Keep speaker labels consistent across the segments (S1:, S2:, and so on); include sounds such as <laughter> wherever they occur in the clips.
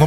S1: の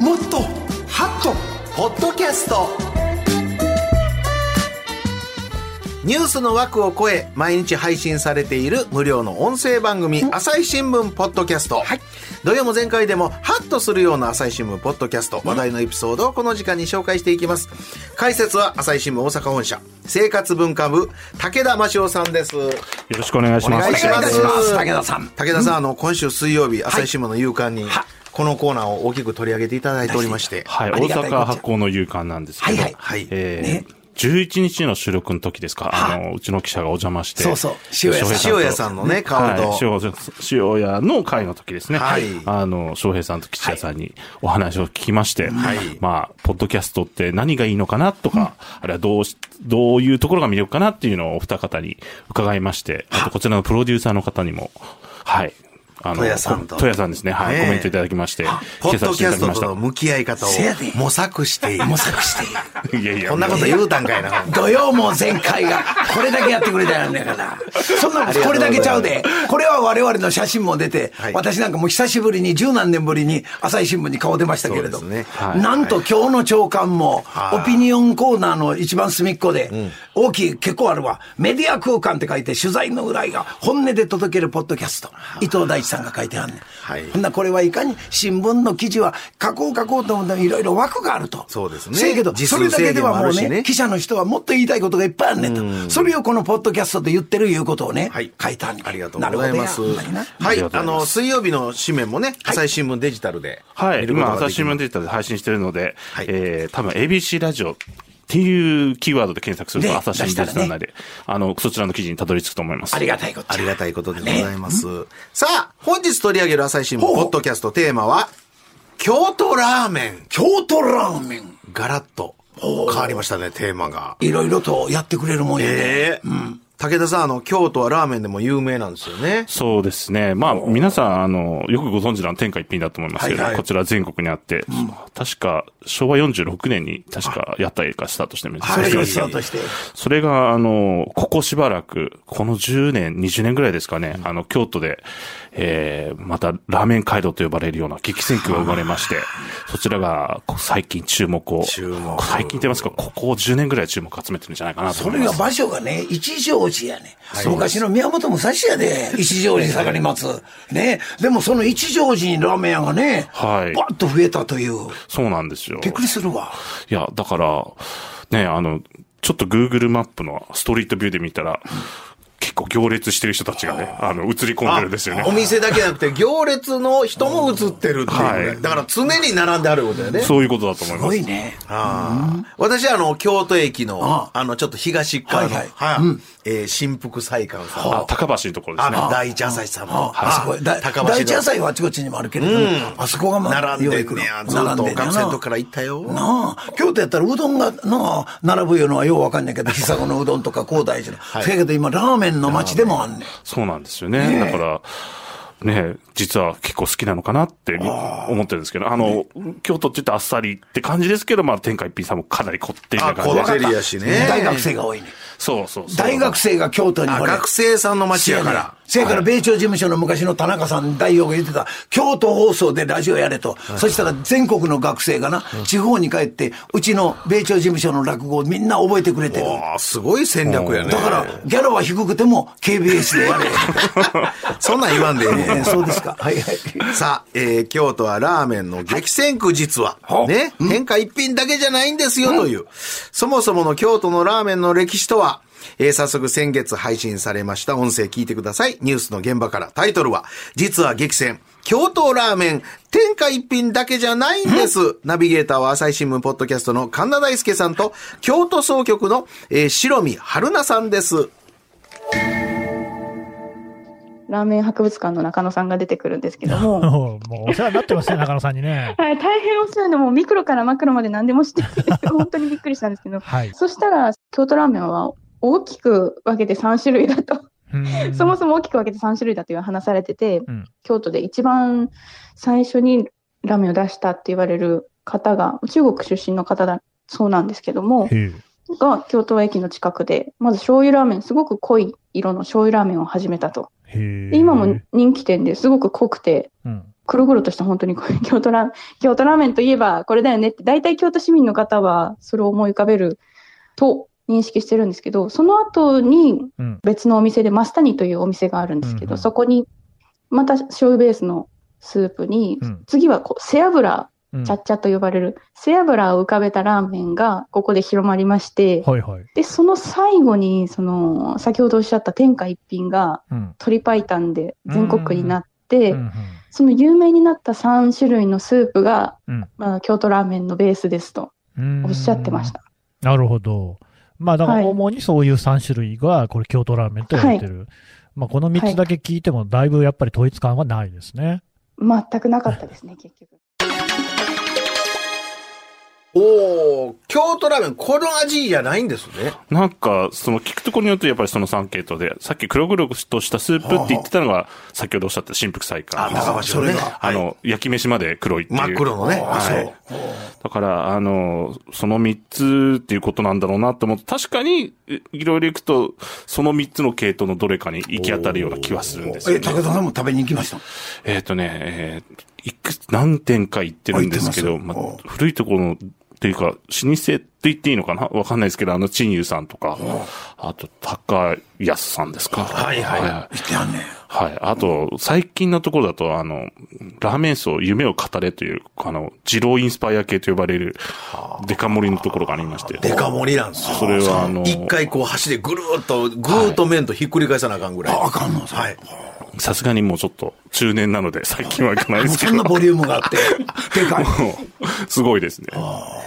S2: もっとハットポッドキャストニュースの枠を超え毎日配信されている無料の音声番組「朝日新聞ポッドキャスト」
S3: はい
S2: 土曜も前回でもハッとするような朝日新聞ポッドキャスト話題のエピソードをこの時間に紹介していきます解説は朝日新聞大阪本社生活文化部武田真汐さんです
S4: よろしくお願いします。
S2: お願いします
S3: 武田さん。
S2: 武田さん、あの今週水曜日朝日新聞の夕刊に、
S3: は
S2: このコーナーを大きく取り上げていただいておりまして
S4: はい、
S3: あり
S4: 大
S3: がたい
S4: 阪発行の夕刊なんですけど、
S3: はいはい
S2: はい
S4: え
S3: ね
S4: ー11日の収録の時ですか、あの、うちの記者がお邪魔して、
S3: そうそう塩谷さん
S4: 翔平
S2: 塩谷
S4: と
S2: さんのね顔と、
S4: はい、塩塩谷の会の時ですね。
S2: はい
S4: あの、翔平さんと吉谷さんにお話を聞きまして、
S2: はい
S4: まあ、ポッドキャストって何がいいのかなとか、あるいはどうし、どういうところが魅力かなっていうのをお二方に伺いまして、あとこちらのプロデューサーの方にも、はい。あの、
S2: 戸谷さんと
S4: 戸谷さんですね。はい。
S2: ねえ
S4: コメントいただきまして、
S2: ポッド
S4: 消させて
S2: キ
S4: いた
S2: ャス
S4: だき
S2: ト
S4: まし
S2: と
S4: た
S2: の向き合い方を
S3: せやで
S2: 模索している
S3: 模索している。
S4: いやい <laughs> や、
S2: こんなこと言うたんかいな。
S3: 土曜も全開が、これだけやってくれたんだから。そんなこと、これだけちゃうで。これは我々の写真も出て、
S2: はい
S3: 私なんかもう久しぶりに、十何年ぶりに、朝日新聞に顔出ましたけれど。
S2: そうですね
S4: はい
S3: なんと今日の朝刊も、
S2: はい
S3: オピニオンコーナーの一番隅っこで、大きい、結構あるわ。メディア空間って書いて、取材の裏が本音で届けるポッドキャスト。伊藤大地さんが書いてあるねん。
S2: はい
S3: ほんなこれはいかに新聞の記事は書こう書こうと思ってもいろいろ枠があると。
S2: そうですね
S3: せやけど、
S2: 時
S3: そ
S2: 数
S3: れだけで
S2: 制限
S3: はもう
S2: もあるしね
S3: ね、記者の人はもっと言いたいことがいっぱいあんねんと。それをこのポッドキャストで言ってるいうことをね、
S2: はい
S3: 書いたんねん
S2: ありがとうございます。
S3: なるほどやほんまにな
S2: は
S4: あり
S2: い、
S4: がとう
S2: あ
S4: ござい
S2: の、
S4: ます
S2: 水曜日の紙面もね、朝日新聞デジタルで。
S4: はい、
S2: 見ること
S4: 今、
S2: が
S4: 朝
S2: で
S4: 日
S2: き
S4: 新
S2: ま
S4: 聞
S2: す
S4: デジタルで配信してるので、
S2: はい
S4: えー、多分 ABC ラジオっていうキーワードで検索する
S3: ね
S4: と、朝日新聞デジタルなので、あの、そちらの記事にたどり着くと思います。
S3: ありがたいこと。
S2: ありがたいことでございます。さあ、本日取り上げる朝日新聞、
S3: ほう
S2: ポッドキャストテーマは、京都ラーメン。
S3: 京都ラーメン。
S2: ガラッと変わりましたね、テーマが。
S3: いろいろとやってくれるもんやね。
S2: ええ武田さん、あの、京都はラーメンでも有名なんですよね。
S4: そうですね。まあ、皆さん、あの、よくご存知な天下一品だと思いますけど、
S3: はいはい
S4: こちら全国にあって、確か、昭和46年に、確か、屋台がスタートしてるんです
S3: そ
S4: ね
S3: れを
S2: は
S3: しようとして。
S4: それが、あの、ここしばらく、この10年、20年ぐらいですかね、あの、京都で、えー、また、ラーメン街道と呼ばれるような激戦区が生まれま
S3: <laughs>
S4: して、そちらが、こう最近注目を、
S2: 注目
S4: 最近と言いますか、ここ10年ぐらい注目を集めてるんじゃないかなと
S3: そ
S4: 思い
S3: れ
S4: ま
S3: が
S4: す。
S3: 場所がね、一条寺やね。昔の宮本武蔵やで、一条寺盛ります。ね。でもその一条寺にラーメン屋がね、
S4: はい
S3: バッと増えたという。
S4: そうなんですよ。
S3: びっくりするわ。
S4: いや、だから、ね、あの、ちょっと Google マップのストリートビューで見たら、結構行列してる人たちがね、あの、映り込んでるんですよね。
S2: お店だけじゃなくて、行列の人も映ってるっていうね、
S4: はい
S2: だから常に並んであることだよね。
S4: そういうことだと思い
S3: す
S4: ま
S3: ご
S4: す。
S3: いね。
S2: ああ私はあの、京都駅の、あ
S3: あ
S2: の、ちょっと東側の、は
S3: はいい
S2: はいえー新福祭館さんの、
S4: あ、高橋のところです
S2: あ
S4: ね。
S2: の、第一朝日さんの、
S3: あそこ、だ
S2: 高橋
S3: 第一野
S2: の
S3: 菜はあちこちにもあるけれども、あそこがまあ、
S2: 並んでん
S3: く
S2: ねや、ずっ
S3: 並ん
S2: と
S3: でんね
S2: 学
S3: や
S2: 生の
S3: な
S2: 時から行ったよ。
S3: なあ、京都やったらうどんがなあ、並ぶいうのはようわかんないけど、久子のうどんとか高大寺の。
S2: い
S3: せやけど今、ラーメンの街でもあんねん。
S4: そうなんですよね。だから、ね実は結構好きなのかなって思ってるんですけど、あの、京都って言ったらあっさりって感じですけど、まあ、天下一品さんもかなりこってりな
S2: あ、こ
S4: 感じ
S2: って
S4: で。
S2: りやしね。
S3: 大学生が多いねん。
S4: そうそうそう。
S3: 大学生が京都に
S2: あ、
S3: ほれ
S2: 学生さんの街
S3: せ
S2: や
S3: やか
S2: から
S3: ら。。せやから、米朝事務所の昔の田中さん代表が言ってた、京都放送でラジオやれと。そしたら全国の学生がな、地方に帰って、うちの米朝事務所の落語をみんな覚えてくれてる。
S2: ああ、すごい戦略やね。
S3: だから、ギャラは低くても KBS でや
S2: <laughs>
S3: れ。
S2: そんなん言わんでええ
S3: え
S2: ね
S3: ー
S2: ん。
S3: そうですか。はいはい。
S2: さあ、えー京都はラーメンの激戦区実は、
S3: はい
S2: ね、変化一品だけじゃないんですよという、そもそもの京都のラーメンの歴史とは、えー早速先月配信されました音声聞いてください。ニュースの現場からタイトルは、実は激戦、京都ラーメン、天下一品だけじゃないんです。ナビゲーターは朝日新聞ポッドキャストの神田大輔さんと、京都総局の、えー白見春菜さんです。
S5: ラーメン博物館の中野さんが出てくるんですけども、
S6: もうお世話になってますね、中野さんにね。
S5: はい、大変お世話で、もうミクロからマクロまで何でも知って
S6: <laughs>
S5: て、本当にびっくりしたんですけど、
S6: はい。
S5: そしたら、京都ラーメンは大きく分けて3種類だと、
S6: うん
S5: そもそも大きく分けて3種類だという話されてて、
S6: うん
S5: 京都で一番最初にラーメンを出したって言われる方が、中国出身の方だそうなんですけども、
S6: へえ
S5: が京都駅の近くで、まず醤油ラーメン、すごく濃い色の醤油ラーメンを始めたと。
S6: へえ
S5: で今も人気店ですごく濃くて、
S6: うん。
S5: 黒々とした本当にこれ京都ラーメン、京都ラーメンといえばこれだよねって、大体京都市民の方はそれを思い浮かべると認識してるんですけど、その後に
S6: うん
S5: 別のお店でマスタニというお店があるんですけ
S6: うんう
S5: ど、
S6: ん
S5: そこにまた醤油ベースのスープに
S6: うん、
S5: 次はこう背脂、
S6: うん
S5: ちゃっちゃと呼ばれる背脂を浮かべたラーメンがここで広まりまして、
S6: はいはい。
S5: で、その最後に、その、先ほどおっしゃった天下一品が
S6: うん。
S5: 鶏白湯で全国区になって、
S6: うんうん
S5: その有名になった3種類のスープが、
S6: うん
S5: まあ、京都ラーメンのベースですと
S6: うん
S5: おっしゃってました。
S6: なるほど。まあ、だから
S5: はい
S6: 主にそういう3種類が、これ、京都ラーメンと言われてる。まあ、この3つだけ聞いても、だいぶやっぱり統一感はないですね。
S5: 全くなかったですね、結局。
S2: おお京都ラーメン、この味じゃないんですね。
S4: なんか、その聞くところによるとやっぱりその3系統で、さっき黒々としたスープって言ってたのが、先ほどおっしゃった新福祭か。
S2: あ中橋のね
S3: それが
S4: あの、焼き飯まで黒いっていう。
S2: 真っ黒のね。
S4: あそう
S2: はい
S4: だから、あの、その3つっていうことなんだろうなと思って、確かに、えいろいろ行くと、その3つの系統のどれかに行き当たるような気はするんですよ
S3: え、
S4: ね、
S3: 高田さんも食べに行きました。
S4: えっ、とね、えーいくつ、何店か行ってるんですけ
S3: あ
S4: ど、
S3: 行ってま
S4: ます
S3: おう
S4: あ、古いところの、っていうか、老舗って言っていいのかなわかんないですけど、あの、陳友さんとか、あと、高安さんですか。
S2: はいはい
S4: はい
S3: 行ってはんねん。
S4: はい。あと、最近のところだと、あの、ラーメン層、夢を語れという、あの、二郎インスパイア系と呼ばれる、デカ盛りのところがありまして。
S2: デカ盛りなんですよ。
S4: それはあの
S2: 一回こう箸でぐるーっと、ぐーっと麺とひっくり返さなあかんぐらい。
S3: ああかんの
S2: はい。
S4: さすがにもうちょっと、中年なので、最近はいかないで
S3: もう
S4: すけ
S3: <laughs> そんな
S4: ど。
S3: ボリュームが
S2: <laughs>
S3: あって、でかい。
S4: すごいですね。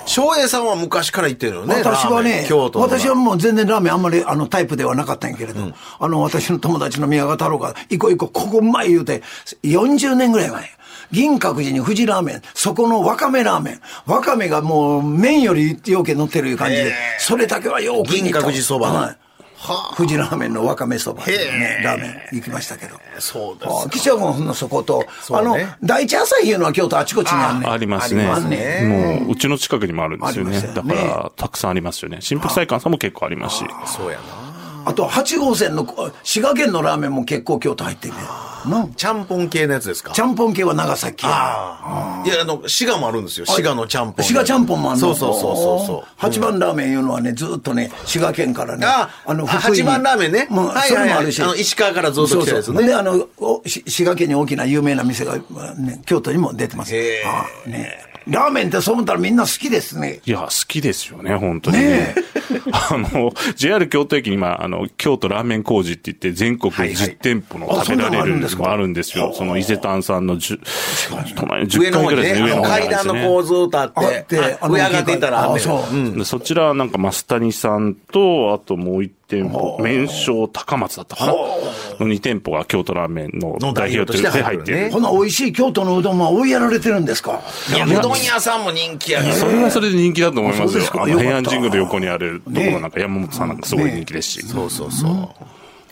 S2: 翔英さんは昔から行ってるよね。
S3: 私は
S2: ラーメ
S3: ね
S2: ン京、都の
S3: 私はもう全然ラーメンあんまりあのタイプではなかったんやけれど、あの私の友達の宮川太郎が、行こう行こう、ここうまい言うて、40年ぐらい前。銀閣寺に富士ラーメン、そこのわかめラーメン。わかめがもう麺よりよけ乗ってるいう感じで、それだけはよく
S2: 銀閣寺そばの
S3: はい。富士ラーメンのわかめそばっていうね、ラーメン行きましたけど。
S2: そうです
S3: あ吉祥君ほんのそこと、
S2: そ
S3: あ
S2: う
S3: の
S2: ね、
S3: 第一朝日いうのは京都あちこちにあるねん。
S4: ありますね。
S3: あんねん
S4: もう、うちの近くにもあるんですよね。
S3: あります
S4: だ
S3: よ
S4: か
S3: ね
S4: ら、たくさんありますよね。新福祭館さんも結構ありますし。
S2: そうやな。
S3: あと、8号線の、こ滋賀県のラーメンも結構京都入ってるね。なん
S2: ちゃんぽん系のやつですか
S3: ちゃんぽん系は長崎。
S2: ああ。いや、あの、滋賀もあるんですよ。滋賀のちゃんぽん。
S3: 滋賀ちゃんぽんもあんの
S2: そうそうそうそうそう。
S3: 八番ラーメンいうのはね、ずっとね、滋賀県からね。
S2: ああ八番ラーメンね
S3: もう、
S2: はい
S3: それもある
S2: はい
S3: し。
S2: はいあの石川からずっと来たやつね
S3: そうそうで、あの、おし滋賀県に大きな有名な店が、まあね、京都にも出てます。
S2: へえ
S3: ああね。ラーメンってそう思ったらみんな好きですね。
S4: いや、好きですよね、本当にね。 <laughs> あの、JR 京都駅に今、あの、京都ラーメン工事って言って、全国
S2: はいはい
S4: 10店舗の
S3: あ
S4: 食べられ
S3: そんなのある
S4: る
S3: んです
S4: の
S3: か
S4: もあるんですよ。その伊勢丹さんの10、隣の
S2: 上
S4: 10
S2: の方
S4: 回ぐ
S2: に
S4: らいです
S2: ね、
S4: ね、
S2: あの
S4: 方
S2: 階
S4: にあ
S2: 段
S4: る
S2: の
S4: んですよね
S2: 構造とあっ
S3: あ
S2: て
S3: っ、て
S2: あ
S3: あの
S2: 上上がっていたらあんねん
S3: あそう
S2: うん
S4: でそちらはなんか増谷さんと、あともう一店舗、麺匠高松だったかなの二店舗が京都ラーメンの
S2: の代表
S4: 代
S2: と
S4: 表と
S2: し
S4: して
S2: 入
S4: て入
S2: っ
S4: ってて
S2: る
S4: い
S2: ね
S4: る。
S3: この美味しい京都のうどんは追いやられてるんですか
S2: いや、うどん屋さんも人気やから。
S4: それはそれで人気だと思いま
S3: そう
S4: す
S3: で
S4: よ
S3: す。か
S4: あ
S3: よ
S4: の、
S3: かった
S4: 平安神宮の横にあるところなんか山本さんなんかすごい人気ですし。
S2: そうそうそう。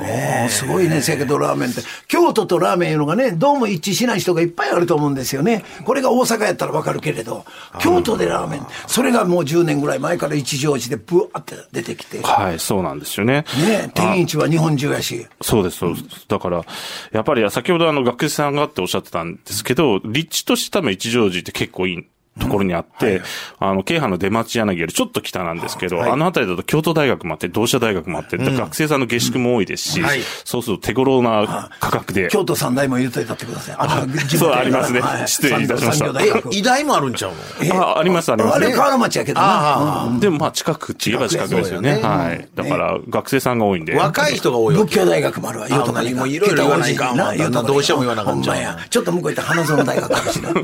S3: ああすごいね、せやけどラーメンって。京都とラーメンいうのがね、どうも一致しない人がいっぱいあると思うんですよね。これが大阪やったらわかるけれど、京都でラーメン、それがもう10年ぐらい前から一乗寺でブワーって出てきて、ね
S4: はい、そうなんですよね。
S3: え、天一は日本中やし。
S4: そうです、そうです。だから、やっぱり先ほどあの学生さんがっておっしゃってたんですけど、立地として多分一乗寺って結構いい。ところにあって、あの、京阪の出町柳よりちょっと北なんですけど、あの辺りだと京都大学もあって、同志社大学もあって、学生さんの下宿も多いですし、
S2: はい
S4: そうすると手頃な価格で、
S3: 京都三大も言うといたってください。あの地
S4: そう
S3: 元やから
S4: ありますね
S3: は
S4: 失礼いたしました
S3: 産業大学
S2: え、偉大もあるんちゃうの
S4: ああります、ありま
S3: あ
S4: す、
S3: れ河原町やけどな。
S4: でもまあ近くって言えば近くですよね。
S2: 近くや
S4: はい。だから学生さんが多いんで。
S2: 若い人が多
S3: う
S2: い
S3: ん
S2: わ
S3: 仏
S2: け。
S3: 教大学もあるわ、言うとか
S2: あもういろいろ言わないかんわ
S3: 言うとか
S2: どうしても言わなあかん
S3: ほん
S2: じゃん
S3: まや。ちょっと向こう行った花園大学かもしれない。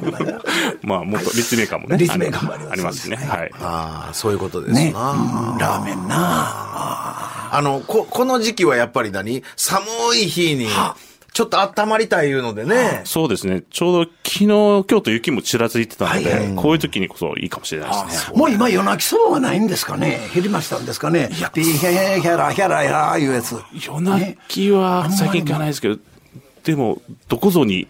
S4: まあもっと立命館もね。
S3: 立命館もあります
S4: ありますしね。はい。
S2: ああ、そういうことです
S3: ね、
S2: な。
S3: うんラーメンな
S2: あの、こ、この時期はやっぱり何寒い日に、ちょっと温まりたいいうのでね。
S4: そうですね。ちょうど昨日、今日と雪もちらついてたので、
S2: はい
S4: こういう時にこそいいかもしれないですね。
S3: もう今夜泣きそばはないんですかね減りましたんですかねピーヒャヒャヒャラヒャラヒャラいうやつ。
S4: 夜泣きは最近行かないですけど、でも、どこぞに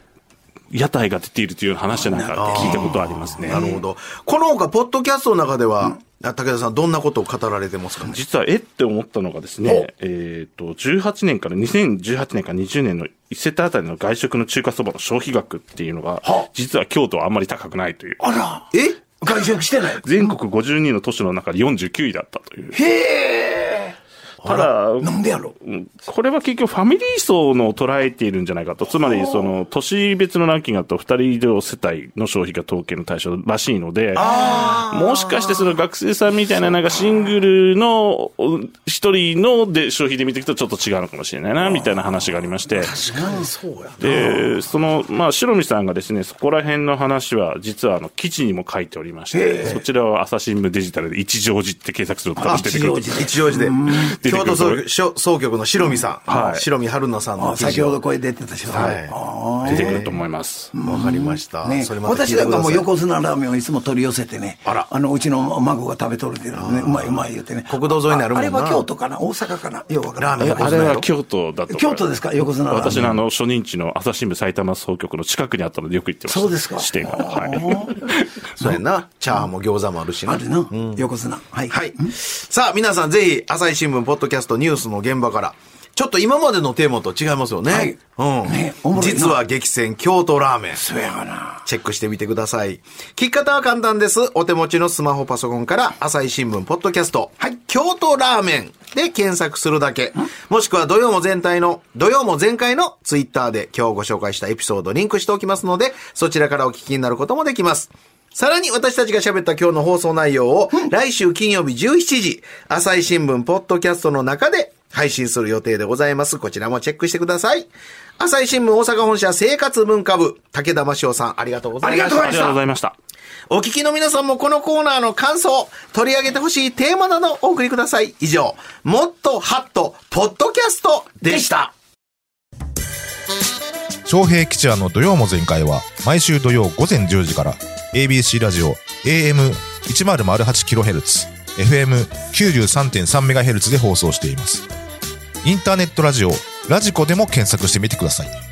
S4: 屋台が出ているという話なんか聞いたことありますね。
S2: なるほど。この他、ポッドキャストの中では、あ武田さん、どんなことを語られてますかね。
S4: 実は、えって思ったのがですね、えっ、と、18年から、2018年から20年の1世帯あたりの外食の中華そばの消費額っていうのが
S3: は、
S4: 実は京都はあんまり高くないという。
S3: あら、
S2: え
S3: 外食してない。
S4: 全国52の都市の中で49位だったという。
S3: へえ。
S4: ただ、
S3: なんでやろ
S4: うんこれは結局ファミリー層のを捉えているんじゃないかと。つまり、その、都市別のランキングだと、二人以上世帯の消費が統計の対象らしいので、もしかしてその学生さんみたいな、なんかシングルの、うん一人ので消費で見ていくとちょっと違うのかもしれないな、みたいな話がありまして。
S2: 確かにそうや。
S4: で、その、まあ、白見さんがですね、そこら辺の話は、実はあの、記事にも書いておりまして、そちらは朝日新聞デジタルで一乗寺って検索すると多分出てくると思います
S2: 一応で。
S4: 出てく
S2: 京
S4: る
S2: 都総局しょ総局の白見さん。
S4: はい
S2: 白見春菜さんの
S3: あ
S2: 記事
S3: 先ほど声出てたし、
S2: はい
S3: あ
S4: 出てくると思います。
S2: わかりました。
S3: ーね
S2: それ、また聞いて
S3: 私な
S2: く
S3: ん
S2: ださ
S3: か
S2: い
S3: もう横綱ラーメンをいつも取り寄せてね、
S2: あら
S3: のうちの孫が食べとるけどね、うまいうまい言うてね、
S2: 国道沿いにあるもんな
S3: あれは京都かな、大阪かな、ようわから
S2: ラーメン
S3: ない。
S4: あれは京都だと思います。
S3: 京都ですか、横綱ラーメン。
S4: 私のあの、初任地の朝日新聞埼玉総局の近くにあったのでよく行ってました。
S3: そうですか
S4: 支店が。は
S3: あ
S4: い。
S2: そうやな。チャーハンも餃子もあるしな。
S3: あるな、横綱。はい。
S2: はい。さあ、皆さんぜひ、朝日新聞、ポッドキャスト、ニュースの現場から、ちょっと今までのテーマと違いますよね。
S3: はい
S2: うん。
S3: ねおもろいな
S2: 実は激戦、京都ラーメン。
S3: そやがな。
S2: チェックしてみてください。聞き方は簡単です。お手持ちのスマホパソコンから、朝日新聞、ポッドキャスト、はい、京都ラーメンで検索するだけ。もしくは土曜も全体の、土曜も全開のツイッターで今日ご紹介したエピソードリンクしておきますので、そちらからお聞きになることもできます。さらに私たちが喋った今日の放送内容を、来週金曜日17時、朝日新聞ポッドキャストの中で配信する予定でございます。こちらもチェックしてください。朝日新聞大阪本社生活文化部、武田真潮さん、ありがとうございました。
S3: ありがとうご
S4: あ
S3: ざいま
S4: りがと
S3: し
S4: う
S3: た
S4: ございました。
S2: お聞きの皆さんもこのコーナーの感想、取り上げてほしいテーマなどお送りください。以上、もっとハット、ポッドキャストでした。
S1: 長平吉也の土曜も全開は毎週土曜午前10時から ABC ラジオ AM1008kHz、FM93.3MHz で放送しています。インターネットラジオ、ラジコでも検索してみてください。